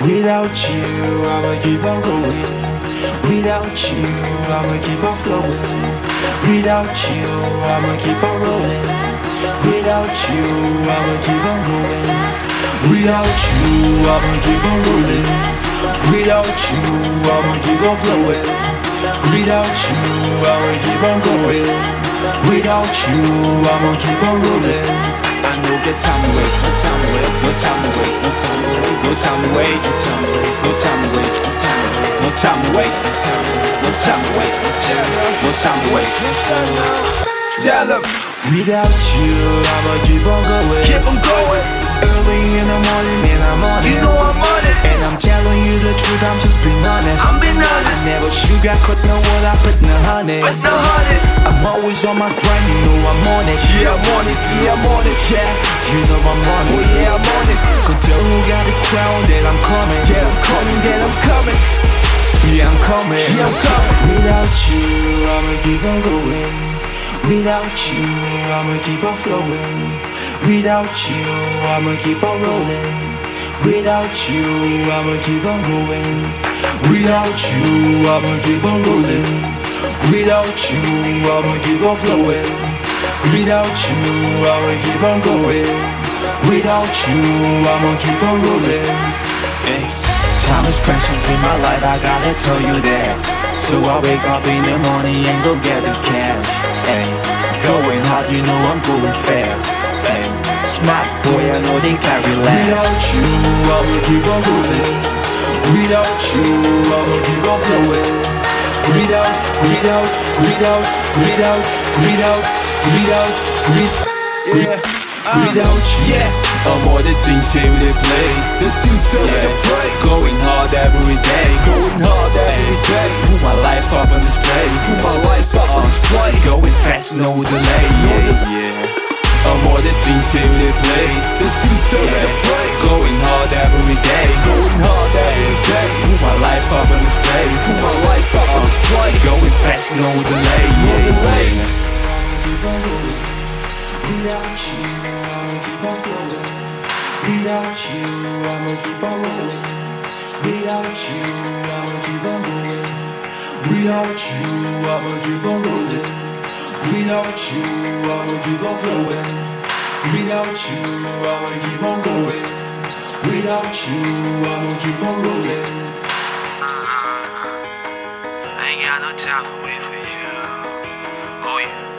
Without you, I'ma keep on going. Without you, I'ma keep on flowing. Without you, I'ma keep on rolling. Without you, I'ma keep on going. Without you, I'ma keep on rolling. Without you, I'ma keep on flowing. Without you, I'ma keep on going. Without you, I'ma keep on rolling. I know the time waits, the time waits, no time waits, no time waits, no time waits, no time waits, no time waits, no time waits, no time waits, no time waits, no time waits, no time waits. Yeah, look. Without you, I'ma keep on going. Keep on going. Early in the morning, and I'm on You it. know I'm on it. And I'm telling you the truth, I'm just being honest. I'm being honest. I never sugarcoat no what I put no honey. With no honey. I'm always on my grind, you know I'm on it. Yeah, I'm on it. Yeah, I'm on it. Yeah, you know I'm on it. Oh, yeah, I'm on it. Could tell who got the crown that I'm coming. Yeah, I'm coming. Then I'm coming. Yeah, I'm coming. Yeah, I'm coming. Without you, I'ma keep on going. Without you, I'ma keep on flowing. Without you, I'ma keep on rolling. Without you, I'ma keep on going. Without you, I'ma keep on rolling. Without you, I'ma keep on flowing. Without you, I'ma keep on going. Without you, I'ma keep on rolling. Hey. Time is precious in my life, I gotta tell you that. So I wake up in the morning and go get a cab. Ay, going hard, you know I'm going fast. Ay, smart boy, I know they carry last. Without you, I'ma keep on moving. Without you, I'ma keep on flowing. Without, without, without, without, without, without, without, yeah. Without you, yeah. I'm on Oh, the team team they play. The team tell me to play. Yeah, going hard every day. Going hard every day. Put my life up on display. Put my life up on display. Going fast, no delay. Yeah, yeah. I'm on the team team they play. The team tell me to play. Yeah, going hard every day. Going hard every day. Put my life up on display. Put my life up on display. Going fast, no delay. Yeah, yeah. Without you, I'ma keep on flowing. Without you, I'ma keep on rolling. Without you, I'ma keep on going. Without you, I'ma keep on rolling. Without you, I'ma keep on flowing. Without you, I'ma keep on going. Without you, I'ma keep on rolling. I ain't got no time to wait for you. Oh yeah. Oh, Oh,